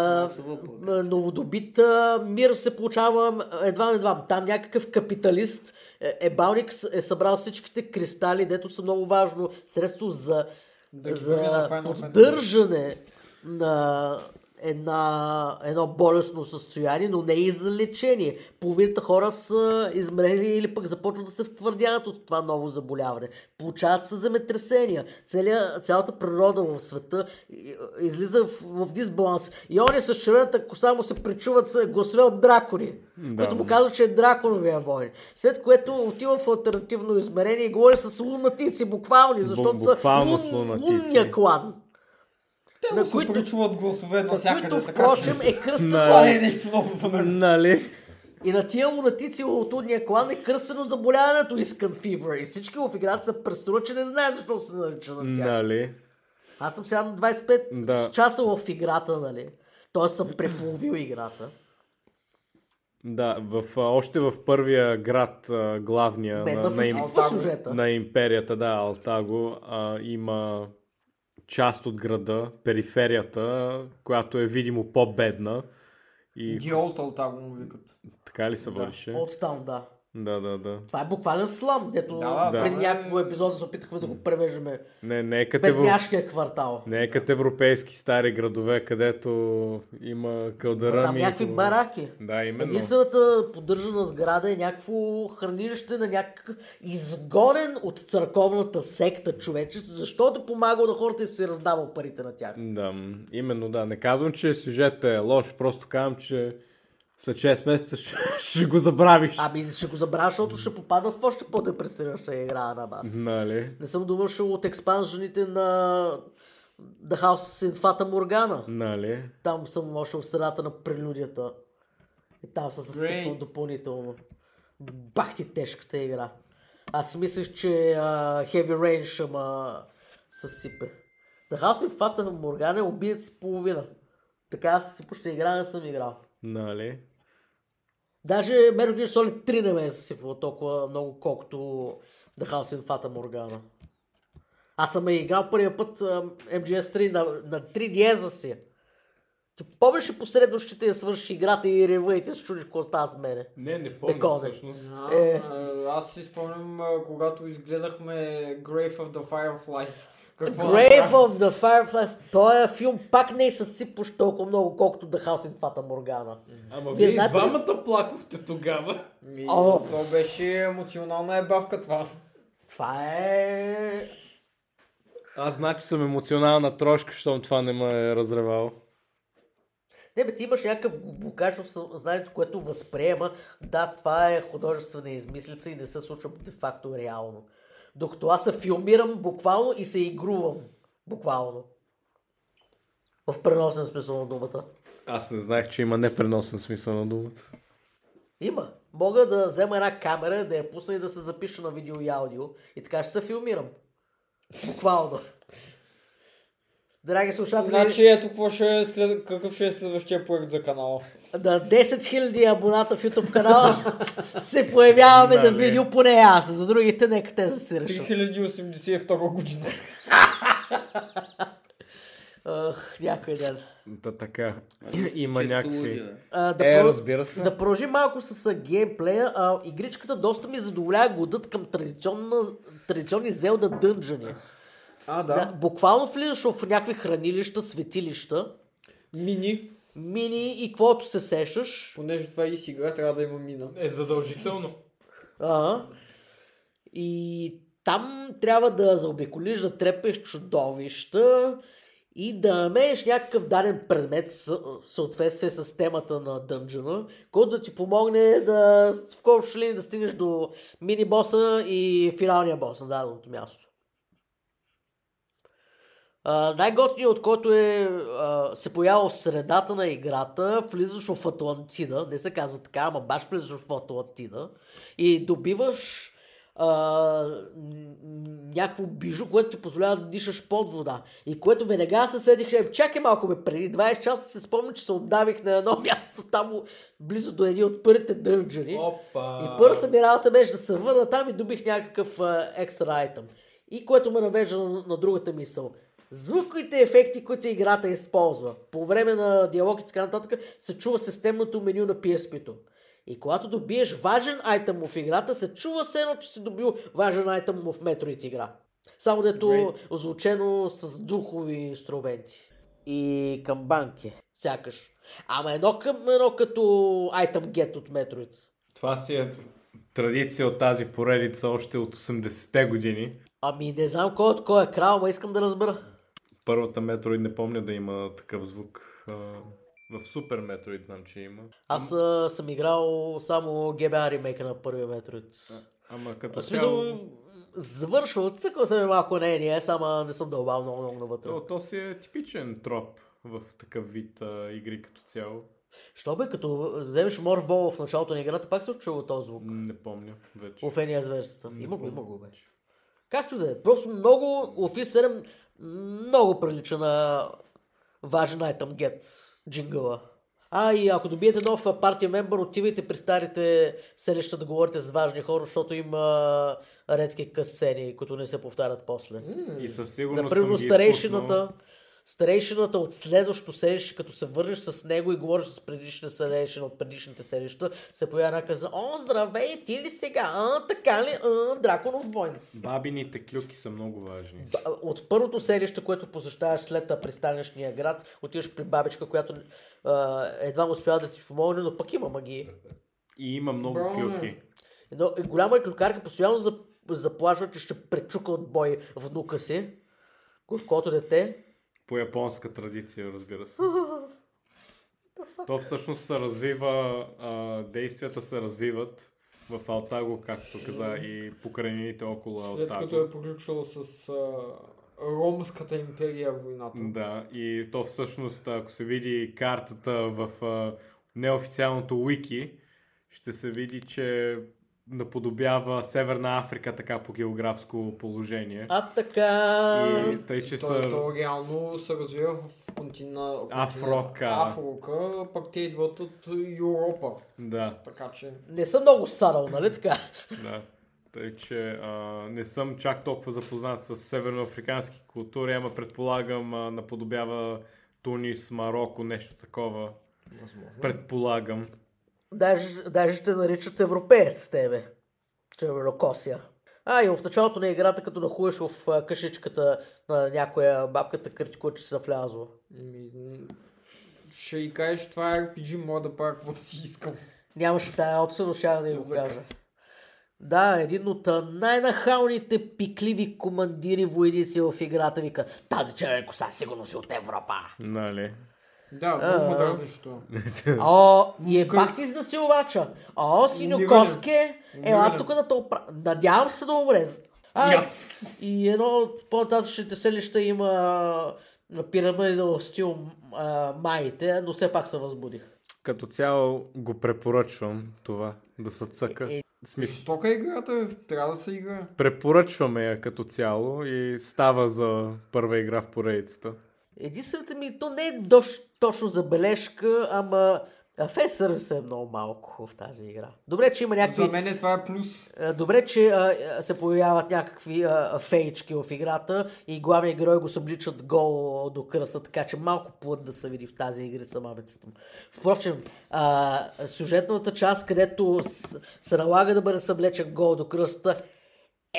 Speaker 1: м, новодобит а, мир се получава м, едва едва. Там някакъв капиталист, е, ебалник с- е събрал всичките кристали, дето са много важно средство за,
Speaker 2: Да ги върне на
Speaker 1: за
Speaker 2: Final Fantasy.
Speaker 1: поддържане на една, едно болестно състояние, но не и за лечение. Половината хора са измрели или пък започват да се втвърдяват от това ново заболяване. Получават се земетресения. Целия, цялата природа в света и- излиза в, в дисбаланс. И они с червената коса му се причуват с гласове от дракони, да. които му казват, че е драконовия войн. След което отива в альтернативно измерение и говори с лунатици, буквални, защото
Speaker 4: буквално
Speaker 1: са
Speaker 4: с
Speaker 1: лун,
Speaker 4: лунатици.
Speaker 1: лунния клан.
Speaker 2: Те
Speaker 1: на
Speaker 2: му се
Speaker 1: които-
Speaker 2: причуват гласове на
Speaker 1: На
Speaker 2: всякъде.
Speaker 1: които,
Speaker 2: така че-
Speaker 1: впрочем, е кръстен
Speaker 4: На-
Speaker 2: Това
Speaker 1: клан.
Speaker 2: не е нещо ново за него.
Speaker 4: Нали?
Speaker 1: И на тия лунатици от лунния клан е кръстено заболяването Искан Fever. И всички в играта са преструва, че не знаят защо се нарича на тях.
Speaker 4: Нали?
Speaker 1: Аз съм сега на 25
Speaker 4: Да.
Speaker 1: часа в играта, нали? Тоест съм преполовил играта.
Speaker 4: Да, в, а, още в първия град, а, главния
Speaker 1: Бедна
Speaker 4: на, на,
Speaker 1: се
Speaker 4: им,
Speaker 1: сипва сюжета.
Speaker 4: на империята, да, Алтаго, а, има част от града, периферията, която е видимо по-бедна. И
Speaker 2: Диолт Алтаго му викат.
Speaker 4: така ли се водише?
Speaker 1: От там, да.
Speaker 4: Да, да, да.
Speaker 1: Това е буквален слам, дето
Speaker 2: Да, да.
Speaker 1: преди
Speaker 2: Да.
Speaker 1: няколко епизода се опитахме да го превеждаме.
Speaker 4: Не, не е като, евро...
Speaker 1: Бедняшкия квартал.
Speaker 4: не е като европейски стари градове, където има кълдара.
Speaker 1: Там някакви Нали бараки.
Speaker 4: Да, именно.
Speaker 1: Единствената поддържана сграда е някакво хранилище на някакъв изгонен от църковната секта човече, защото помагал на хората и си раздавал парите на тях.
Speaker 4: Да, м, именно да. Не казвам, че сюжетът е лош, просто казвам, че след 6 месеца ще, ще го забравиш.
Speaker 1: Ами ще го забравя, защото ще попадна в още по-депресираща игра на вас.
Speaker 4: Нали?
Speaker 1: Не съм довършил от експанжените на The House in Fata Morgana.
Speaker 4: Нали?
Speaker 1: Там съм още в средата на прелюдията. И там се съсипва
Speaker 2: Great.
Speaker 1: допълнително. Бах ти тежката игра. Аз си мислех, че а, Heavy Rain ще ма съсипе. The House in Fata Morgana е убият си половина. Така съсипаща игра не съм играл.
Speaker 4: Нали?
Speaker 1: Даже Metal Gear Solid 3 не ме е засипало толкова много, колкото The House in Fata Morgana. Аз съм я играл първия път а, MGS3 на, на 3DS-а си. Ти помниш ли посредно ще те свърши играта и рева и ти се чудиш какво става с мене?
Speaker 4: Не, не
Speaker 1: Беконе.
Speaker 4: помня всъщност.
Speaker 2: Знам,
Speaker 1: Е.
Speaker 2: а, аз си спомням, а, когато изгледахме Grave of the Fireflies. Какво е
Speaker 1: Grave
Speaker 2: направи?
Speaker 1: of the Fireflies, този филм пак не е съсипващ толкова много, колкото The House in Fata Morgana.
Speaker 4: Ама
Speaker 1: Вие
Speaker 4: вие
Speaker 1: знаете ли-
Speaker 4: двамата плакохте тогава.
Speaker 2: Ми,
Speaker 1: О.
Speaker 2: То беше емоционална ебавка това.
Speaker 1: Това е...
Speaker 4: Аз значи съм емоционална трошка, щом това не ме е разревало.
Speaker 1: Не бе, ти имаш някакъв блокаж в съзнанието, което възприема, да, това е художествена измислица и не се случва де-факто реално. Докато аз се филмирам буквално и се игрувам. Буквално. В преносен смисъл на думата.
Speaker 4: Аз не знаех, че има непреносен смисъл на думата.
Speaker 1: Има. Мога да взема една камера, да я пусна и да се запиша на видео и аудио. И така ще се филмирам. Буквално. Драги слушатели,
Speaker 2: Значи ето какво ще е след... какъв ще е следващия проект за канала.
Speaker 1: на 10 000 абоната в YouTube канала се появяваме на
Speaker 4: Нали.
Speaker 1: видео, поне аз. За другите, нека те да се решат.
Speaker 2: 3082 година.
Speaker 1: Ах, някой ден.
Speaker 4: Та така. Има
Speaker 3: Чисто луди,
Speaker 4: някакви...
Speaker 3: бе.
Speaker 1: А, да,
Speaker 4: Е,
Speaker 1: про-
Speaker 4: разбира се.
Speaker 1: да продължим малко с а, геймплея. А, игричката доста ми задоволява годът към традиционна, традиционни Зелда дънжани.
Speaker 2: А,
Speaker 1: Да. буквално влизаш в някакви хранилища, светилища,
Speaker 2: Мини.
Speaker 1: мини и каквото се сещаш.
Speaker 2: Понеже това е и с игра, трябва да има мина.
Speaker 4: Е задължително.
Speaker 1: А, и там трябва да заобиколиш, да трепеш чудовища и да намериш някакъв даден предмет с- в съответствие с темата на дънжена, който да ти помогне да в общи линии да стигнеш до мини боса и финалния бос на даденото място. А, най-готиният от който е а, се появил в средата на играта, влизаш в Атлантида, не се казва така, ама баш влизаш в Атлантида и добиваш а, м- м- някакво бижу, което ти позволява да дишаш под вода. И което веднага се седих, е, чакай малко бе, преди 20 часа се спомня, че се отдавих на едно място там близо до едни от първите дънджери.
Speaker 4: Опа.
Speaker 1: И първата ми работа беше да се върна там и добих някакъв а, екстра айтъм. И което ме навежда на, на другата мисъл. Звуковите ефекти, които играта използва по време на диалог и така нататък, се чува системното меню на PSP-то. И когато добиеш важен айтъм в играта, се чува се едно, че си добил важен айтъм в Metroid игра. Само дето
Speaker 2: Great.
Speaker 1: озвучено с духови инструменти. И камбанки, сякаш. Ама едно към едно като айтъм гет от Metroid.
Speaker 4: Това си е традиция от тази поредица още от 80-те години.
Speaker 1: Ами не знам кой от кой е крал, ма искам да разбера.
Speaker 4: Първата Метроид не помня да има такъв звук. а, В Супер Метроид знам, че има.
Speaker 1: Аз а, съм играл само GBA ремейка на първия Metroid.
Speaker 4: Ама като
Speaker 1: В смисъл,
Speaker 4: цяло,
Speaker 1: завършва, цъкал съм и малко на NES, ама не съм дълбал много, много навътре.
Speaker 4: то, то си е типичен троп в такъв вид а, игри като цяло.
Speaker 1: Що бе, като вземеш морфбол в началото на играта, пак се чува този звук.
Speaker 4: Не помня вече.
Speaker 1: В NES версията.
Speaker 4: Не
Speaker 1: Има го,
Speaker 4: помня
Speaker 1: има го бе.
Speaker 4: вече.
Speaker 1: Както да е, просто много, Office 7 много прилича на важен айтъм гет джингъла. А, и ако добиете нов а, партия мембър, отивайте при старите селища да говорите с важни хора, защото има редки късцени, които не се повтарят после.
Speaker 4: И със сигурност
Speaker 1: Например,
Speaker 4: съм ги
Speaker 1: старейшината, старейшината от следващото селище, като се върнеш с него и говориш с предишния старейшина от предишните селища, се появя една каза, о, здравей, ти ли сега? А, така ли? А, драконов войн.
Speaker 4: Бабините клюки са много важни.
Speaker 1: Ба- От първото селище, което посещаваш след а, пристанищния град, отиваш при бабичка, която а, едва му успява да ти помогне, но пък има магии.
Speaker 4: И има много
Speaker 2: Браво,
Speaker 4: клюки.
Speaker 2: бе.
Speaker 1: Едно, е, голяма клюкарка постоянно за- заплашва, че ще пречука от бой внука си, горкото дете.
Speaker 4: По японска традиция, разбира се. То всъщност се развива, а, действията се развиват в Алтаго, както каза, и покрайнините около
Speaker 2: След като
Speaker 4: Алтаго.
Speaker 2: е приключила с а, Ромската империя войната.
Speaker 4: Да, и то всъщност, ако се види картата в а, неофициалното вики, ще се види, че наподобява Северна Африка така по географско положение.
Speaker 1: А така...
Speaker 4: И тъй, че
Speaker 2: Е, то,
Speaker 4: са...
Speaker 2: то реално се развива в контина... контина-
Speaker 4: Афрока.
Speaker 2: Афрока, пък те идват от Европа.
Speaker 4: Да,
Speaker 2: Така че...
Speaker 1: Не съм много сарал, нали така?
Speaker 4: да. Тъй, че а, не съм чак толкова запознат с северноафрикански култури, ама предполагам а, наподобява Тунис, Марокко, нещо такова.
Speaker 2: Възможно.
Speaker 4: Предполагам.
Speaker 1: Даже, даже те наричат европеец тебе. Червенокосия. А, и в началото на играта, като нахуеш в а, къщичката на някоя бабката, критикува, че си навлязла.
Speaker 2: Ми, м, Ще и кажеш, това е RPG, мога да правя каквото си искам.
Speaker 1: Нямаше тая опция, но щях да я го кажа. Да, един от а, най-нахалните пикливи командири войници в играта вика Тази червена коса сигурно си от Европа.
Speaker 4: Нали?
Speaker 2: Да, много
Speaker 1: А.
Speaker 2: ме дразни, що.
Speaker 1: О, и е пак ти изнасилвача. О, синьо
Speaker 2: Умиране.
Speaker 1: коске, ела
Speaker 2: Умиране.
Speaker 1: тук да те опра... Надявам се да умре. Ай,
Speaker 2: Yes.
Speaker 1: И едно от по-нататъчните селища има а, пирамида в стил а, маите, но все пак се възбудих.
Speaker 4: Като цяло го препоръчвам това да се цъка.
Speaker 1: Е, е.
Speaker 4: В смисъл,
Speaker 2: Жестока е играта, бе. трябва да се игра.
Speaker 4: препоръчваме я като цяло и става за първа игра в поредицата.
Speaker 1: Единствената ми, то не е дош, точно забележка, ама фен сервиса е много малко в тази игра. Добре, че има някакви...
Speaker 2: За мен това е плюс.
Speaker 1: А, Добре, че а, а, се появяват някакви а, а, феички в играта и главният герой го събличат гол до кръста, така че малко плът да се види в тази игрица мамицата му. Впрочем, а, сюжетната част, където с, се налага да бъде съблечен гол до кръста,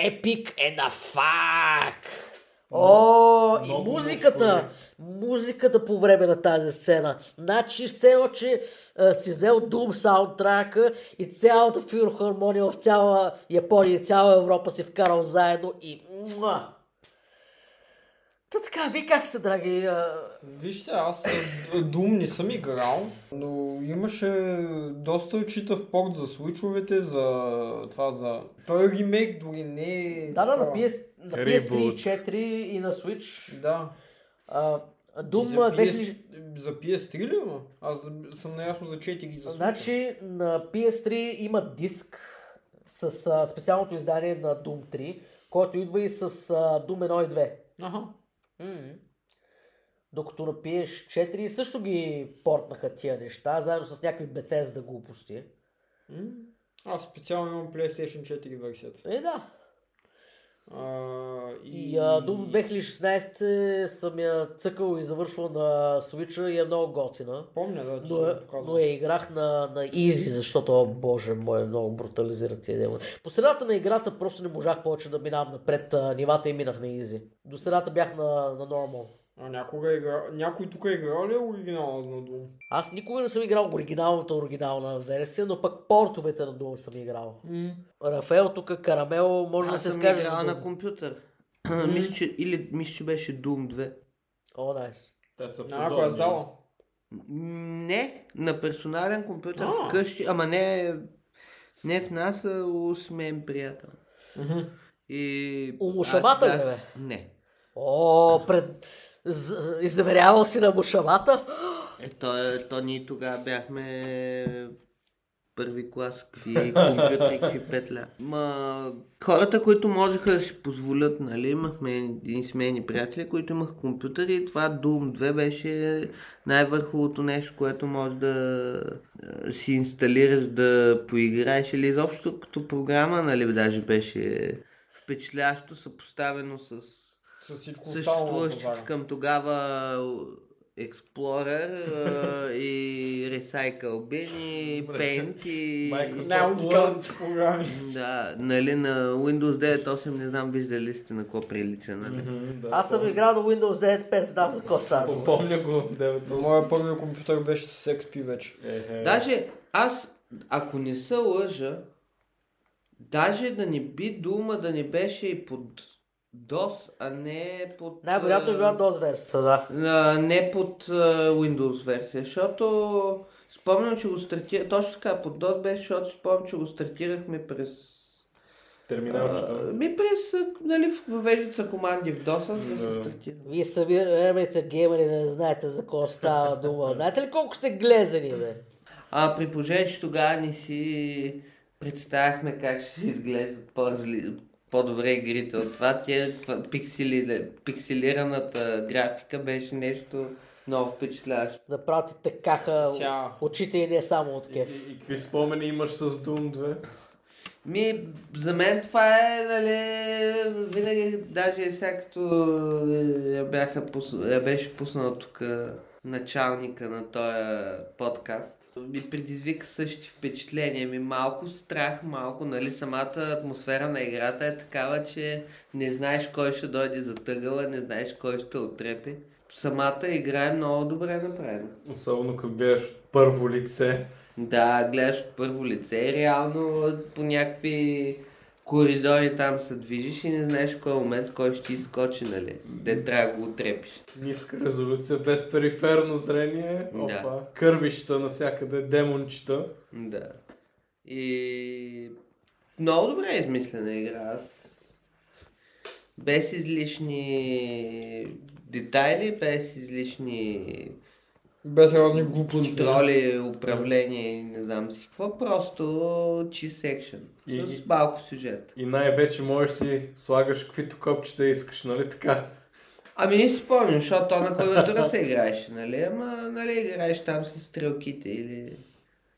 Speaker 1: епик е на фак! О, и
Speaker 4: много
Speaker 1: музиката! Музиката по време на тази сцена. Значи все едно, че а, си взел Doom саундтрака и цялата филхармония в цяла Япония и цяла Европа си вкарал заедно и... муа! Та така, вие как сте, драги? а,
Speaker 2: Вижте, аз Doom не съм играл, но имаше доста читав порт за случовете, за това за... Той е ремейк дори не е...
Speaker 1: Да, да, на
Speaker 2: такова.
Speaker 1: PS, на
Speaker 4: Reboot.
Speaker 1: PS3 и 4 и на Switch.
Speaker 2: Да.
Speaker 1: А,
Speaker 2: За
Speaker 1: Doom е
Speaker 2: PS
Speaker 1: 2000...
Speaker 2: за PS3 ли има? Аз съм наясно за 4 и за Switch.
Speaker 1: Значи на PS3 има диск с а, специалното издание на Doom 3, който идва и с а, Doom 1 и 2.
Speaker 2: Аха.
Speaker 1: М. Докато на PS4 също ги портнаха тия неща, заедно с някакви Bethesda глупости.
Speaker 2: М. Аз специално имам PlayStation 4 версията.
Speaker 1: Е, да.
Speaker 2: А,
Speaker 1: И а, Doom 2016 съм я цъкал и завършвал на Switch и е много готина.
Speaker 2: Помня, да, че
Speaker 1: Но, е-
Speaker 2: съм показвал.
Speaker 1: но я играх на, на Easy, защото, о, боже мой, много брутализира тия демон. По средата на играта просто не можах повече да минавам напред а, нивата и минах на Easy. До средата бях на, на Normal.
Speaker 2: А някога игра... Някой тук е играл ли оригинала на Doom?
Speaker 1: Аз никога не съм играл оригиналната оригинална версия, но пък портовете на Doom съм играл. Рафаел тук, Карамел, може да
Speaker 3: Аз
Speaker 1: се
Speaker 3: съм
Speaker 1: скаже за
Speaker 3: играла
Speaker 1: Doom.
Speaker 3: на компютър. мисля, че, или мисля, че беше Doom 2.
Speaker 1: О, найс.
Speaker 4: Те са
Speaker 2: На някоя зала.
Speaker 3: М, Не, на персонален компютър
Speaker 2: А.
Speaker 3: вкъщи, ама не, не в нас, а у смен приятел. И...
Speaker 1: У
Speaker 3: аз
Speaker 1: мушамата ли,
Speaker 3: бях- Не.
Speaker 1: О, пред... з- Изневерявал си на мушавата?
Speaker 3: Е, то, то ние тогава бяхме първи клас, какви компютри, какви петля. Ма, хората, които можеха да си позволят, нали, имахме един смени приятели, които имах компютъри и това Doom 2 беше най-върховото нещо, което може да е, си инсталираш да поиграеш или изобщо като програма, нали, даже беше впечатляващо съпоставено с
Speaker 2: С всичко останало на
Speaker 3: съществуващите
Speaker 2: пазара.
Speaker 3: към тогава Explorer а, и Recycle Bin и Paint и...
Speaker 4: Microsoft.
Speaker 2: Най-уникалните програми.
Speaker 3: Да, нали, на Windows 9.8 не знам виждали сте на какво прилича, нали?
Speaker 1: Аз съм играл на Windows 9 5, знам за какво става. дума.
Speaker 4: Помня го 9
Speaker 2: Моя първият компютър беше с XP вече.
Speaker 3: Даже аз, ако не се лъжа, даже да не би дума да не беше и под DOS, а не под...
Speaker 1: Най-вероятно е
Speaker 3: а,
Speaker 1: била DOS версия, да.
Speaker 3: А, не под а, Windows версия, защото спомням, че го стартирах, точно така, под DOS беше, защото спомням, че го стартирахме през... А, ми през, а, нали, въвеждат са команди в DOS, за да се
Speaker 4: Да.
Speaker 3: стартира.
Speaker 1: Вие събирате геймери, не знаете за какво става дума. Знаете ли колко сте глезени, бе?
Speaker 3: А при положение, че тогава ни си представяхме как ще си изглеждат по-разли... по-добре игрите от това. Тя това пиксели... пикселираната графика беше нещо много впечатляващо.
Speaker 1: Да прати тъкаха
Speaker 2: Ся.
Speaker 1: очите и не само от кеф.
Speaker 4: И какви спомени имаш с Doom 2?
Speaker 3: Ми, за мен това е, нали, винаги, даже и сега като я, бяха пус... я беше пуснала тук началника на този подкаст, ми предизвика същи впечатления. Ми малко страх, малко, нали, самата атмосфера на играта е такава, че не знаеш кой ще дойде за тъгъла, не знаеш кой ще те отрепи. Самата игра е много добре направена.
Speaker 4: Особено като гледаш първо лице.
Speaker 3: Да, гледаш от първо лице и реално по някакви коридори там се движиш и не знаеш в кой момент кой ще ти изкочи, нали? Де трябва да го отрепиш.
Speaker 4: Ниска резолюция, без периферно зрение.
Speaker 3: Да.
Speaker 4: Опа. Кървища навсякъде, демончета.
Speaker 3: Да. И... Много добре е измислена игра. Аз... Без излишни детайли, без излишни
Speaker 2: Без разни глупости.
Speaker 3: контроли, управление и не знам си какво. Просто чист екшен.
Speaker 4: И-
Speaker 3: С малко сюжет.
Speaker 4: И най-вече можеш си слагаш каквито копчета искаш, нали така?
Speaker 3: Ами не си спомням, защото то на клавиатура се играеше, нали? Ама, нали, играеш там с стрелките или...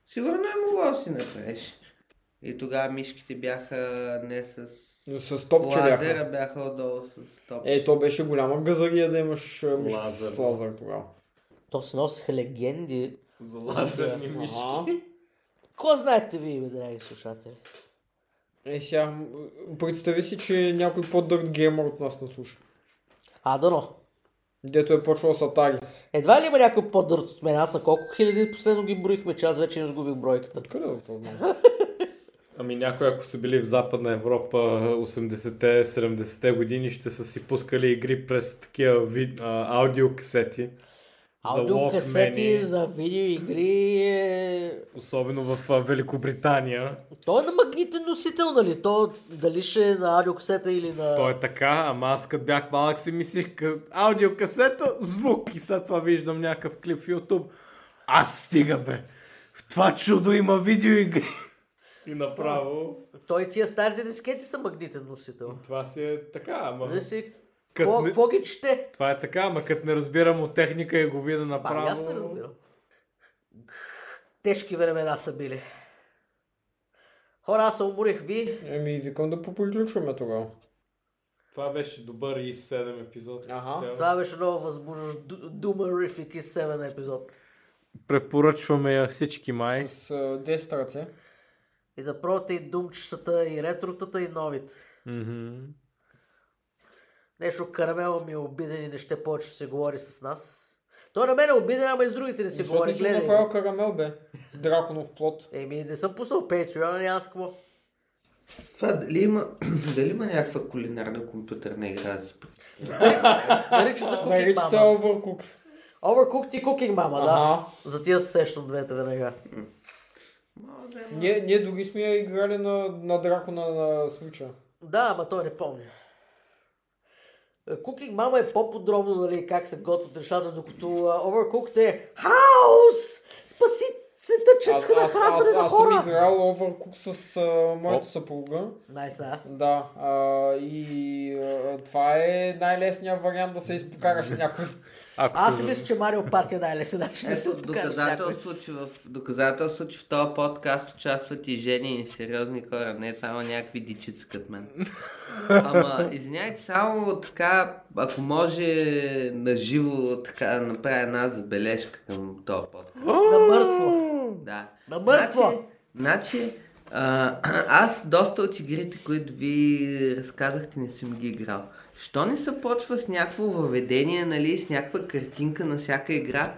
Speaker 3: Сигурно е могло да си направиш. И тогава мишките бяха не с
Speaker 2: Но С топче
Speaker 3: лазера,
Speaker 2: бяха.
Speaker 3: бяха. отдолу с топче.
Speaker 2: Е, то беше голяма газария да имаш а, мишки
Speaker 4: Лазер.
Speaker 2: с лазер тогава.
Speaker 1: То се носиха легенди.
Speaker 4: За лазерни
Speaker 2: Ага.
Speaker 4: мишки.
Speaker 1: Какво знаете вие, бе, драги слушатели?
Speaker 2: Е, сега, м, представи си, че някой по-дърт геймър от нас не слуша.
Speaker 1: А, дано.
Speaker 2: Дето е почвал с Atari.
Speaker 1: Едва ли има някой по-дърт от мен? Аз на колко хиляди последно ги броихме, че аз вече не сгубих бройката.
Speaker 2: Откъде да то знам?
Speaker 4: Ами някои, ако са били в Западна Европа 80-те, 70-те години, ще са си пускали игри през такива ви... а, аудиокасети. За
Speaker 1: Аудиокасети
Speaker 4: Walkman-и.
Speaker 1: за видеоигри е...
Speaker 4: Особено в а, Великобритания.
Speaker 1: То е на магнитен носител, нали? То дали ще е на аудиокасета или на...
Speaker 4: То е така, ама аз като бях малък си мислих къ... аудиокасета, звук и след това виждам някакъв клип в YouTube. Аз стига бе! В това чудо има видеоигри! И направо
Speaker 1: Той тия старите дискети са магнитен носител.
Speaker 4: това си е така, ама...
Speaker 1: Зависи
Speaker 4: Кът
Speaker 1: какво
Speaker 4: не-
Speaker 1: какво ги чете.
Speaker 4: Това е така, ама като не разбирам от техника и го видя
Speaker 1: Ба,
Speaker 4: направо...
Speaker 1: и аз не разбирам. Тежки времена са били. Хора, аз се уморих ви.
Speaker 2: Еми, викам да поприключваме тогава.
Speaker 4: Това беше добър и 7 епизод.
Speaker 2: Аха.
Speaker 4: като цяло.
Speaker 1: Това беше много възбуждащ ду- думарифик и 7 епизод.
Speaker 4: Препоръчваме я всички май.
Speaker 2: С а, 10 ръце.
Speaker 1: И да пробвате и думчетата, и ретротата, и новите.
Speaker 4: Мгм.
Speaker 1: Нещо карамела ми е обиден и не ще повече се говори с нас. Той на мен е обиден, ама и с другите не си
Speaker 2: Защото
Speaker 1: говори.
Speaker 2: си
Speaker 1: Гледай.
Speaker 2: направил
Speaker 1: го.
Speaker 2: карамел, бе. Драконов плод.
Speaker 1: Еми, не съм пуснал Patreon, няма с какво.
Speaker 3: Това дали има, дали има някаква кулинарна компютърна игра? да си пр-
Speaker 1: Нарича се Cooking
Speaker 2: Нарича се
Speaker 1: Mama.
Speaker 2: Overcook.
Speaker 1: Overcooked и Cooking Mama, да.
Speaker 2: Ага.
Speaker 1: За тия се сещам двете веднага.
Speaker 3: Мога да е малко.
Speaker 2: Ние, ние дори сме я играли на, на дракона на случая.
Speaker 1: Да, ама той не помня. Е, Cooking Mama е по-подробно, нали, как се готвят нещата, докато а, Overcooked е хаос! Спаси света чрез нахранване на
Speaker 2: аз съм
Speaker 1: хора!
Speaker 2: играл Overcook с а, моята съпруга.
Speaker 1: Найс, да.
Speaker 2: Да, а, и а, това е най-лесният вариант да се изпокараш с някой.
Speaker 4: Ако
Speaker 1: Аз
Speaker 4: се
Speaker 1: си
Speaker 4: за-
Speaker 1: мисля, че Марио Парти е най-лесен начин да се
Speaker 3: Ето,
Speaker 1: спокараш с някой.
Speaker 3: доказателство, че в, доказателство, че в този подкаст участват и жени и сериозни хора, не само някакви дичици като мен. Ама, извиняйте, само така, ако може наживо така да направя една забележка към този подкаст.
Speaker 1: На мъртво.
Speaker 3: Да.
Speaker 1: На мъртво!
Speaker 3: Значи, значи а, аз доста от игрите, които ви разказахте, не съм ги играл. Що не се почва с някакво въведение, нали, с някаква картинка на всяка игра,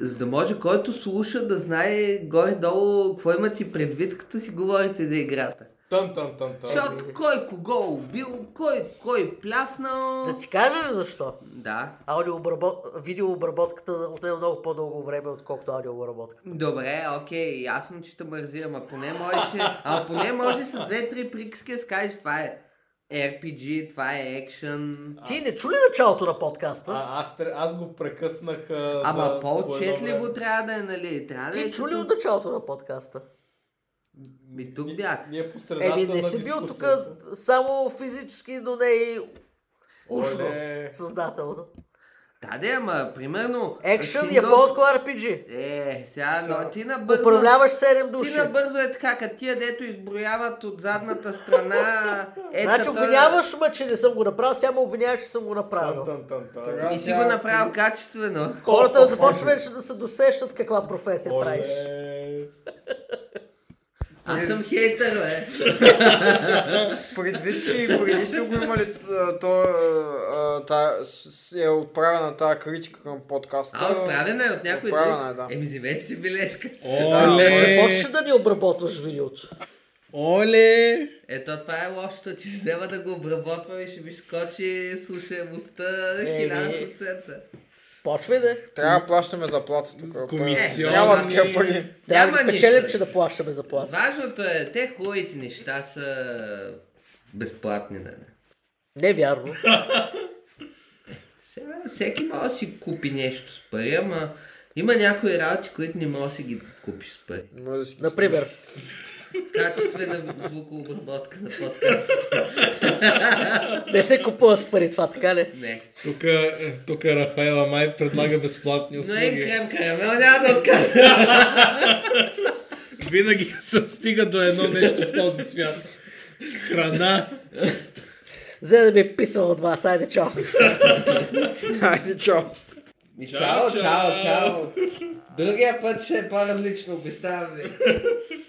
Speaker 3: за да може който слуша да знае горе-долу какво имате предвид, като си говорите за играта.
Speaker 4: Тън, тън, тън, тън.
Speaker 3: Защото кой кого убил, кой кой пляснал...
Speaker 1: Да ти кажа ли защо?
Speaker 3: Да.
Speaker 1: Аудиообработ... Видеообработката отнема много по-дълго време, отколкото аудиообработката.
Speaker 3: Добре, окей, ясно, че те мързи, ама поне можеше, а поне може с две-три приказки да скажеш, това е RPG, това е екшен.
Speaker 1: Ти не чули началото на подкаста?
Speaker 4: А, аз, тр- аз го прекъснах. А,
Speaker 3: Ама
Speaker 4: да, по едно
Speaker 3: по-отчетливо
Speaker 4: време.
Speaker 3: трябва да е, нали? Трябва да е
Speaker 1: Ти чули
Speaker 3: като-
Speaker 1: от началото на подкаста?
Speaker 3: Ми тук бях.
Speaker 4: Ние по средата
Speaker 1: Еми, не
Speaker 4: на
Speaker 1: си бил тук
Speaker 4: дискусията.
Speaker 1: само физически, но не и ушно.
Speaker 4: Оле.
Speaker 1: Съзнателно.
Speaker 3: Да, да, ама примерно...
Speaker 1: Екшън, е
Speaker 3: Kingdom-
Speaker 1: японско RPG.
Speaker 3: Е, сега, но ти набързо...
Speaker 1: Управляваш 7 души.
Speaker 3: Ти набързо е така, като тия дето изброяват от задната страна...
Speaker 1: Значи
Speaker 3: етата.
Speaker 1: обвиняваш ме, че не съм го направил, сега ме обвиняваш, че съм го направил.
Speaker 4: е-
Speaker 2: Така,
Speaker 3: И си
Speaker 2: сега-
Speaker 3: го направил качествено.
Speaker 1: Хората започват вече да се досещат каква професия
Speaker 4: е.
Speaker 1: правиш.
Speaker 4: Оле.
Speaker 3: Аз съм хейтър, бе.
Speaker 2: Предвид, че и преди сме го имали а, то, а, та, с- с- е отправена тази критика към подкаста.
Speaker 3: А, отправена е от някой
Speaker 2: Отправена е, да.
Speaker 3: друг. Еми, вземете си бележка.
Speaker 1: Ще
Speaker 4: Оле.
Speaker 1: почнеш да ни обработваш видеото.
Speaker 4: Оле.
Speaker 3: Ето това е лошото, че ще взема да го обработвам и ще ми скочи слушаемостта
Speaker 1: Еми.
Speaker 3: 1000%.
Speaker 1: Почвай да. е.
Speaker 2: Трябва да плащаме заплата тук. пари.
Speaker 4: Комисионни.
Speaker 2: Няма такива пари.
Speaker 1: Трябва да
Speaker 3: Няма
Speaker 1: ги печелим,
Speaker 3: нищо.
Speaker 1: че да плащаме заплата.
Speaker 3: Важното е, те хубавите неща са безплатни, нали?
Speaker 1: Не е вярно.
Speaker 3: Сега, Всеки може да си купи нещо с пари, ама има някои работи, които не може да си ги купиш с пари.
Speaker 2: Може да си ги
Speaker 1: Например,
Speaker 3: Качествена звукообработка на подкаста.
Speaker 1: не се купува с пари това, така ли?
Speaker 3: Не.
Speaker 5: Тук, е, тук Рафаела Май предлага
Speaker 1: е
Speaker 5: безплатни
Speaker 3: Но и
Speaker 5: услуги.
Speaker 3: крем карамел няма да откажа.
Speaker 5: Винаги се стига до едно нещо в този свят. Храна.
Speaker 1: За да ми е писал от вас, айде чао.
Speaker 2: слушаш. Хайде, чао.
Speaker 3: И чао, чао, чао. Другия път ще е по-различно, обещавам ви.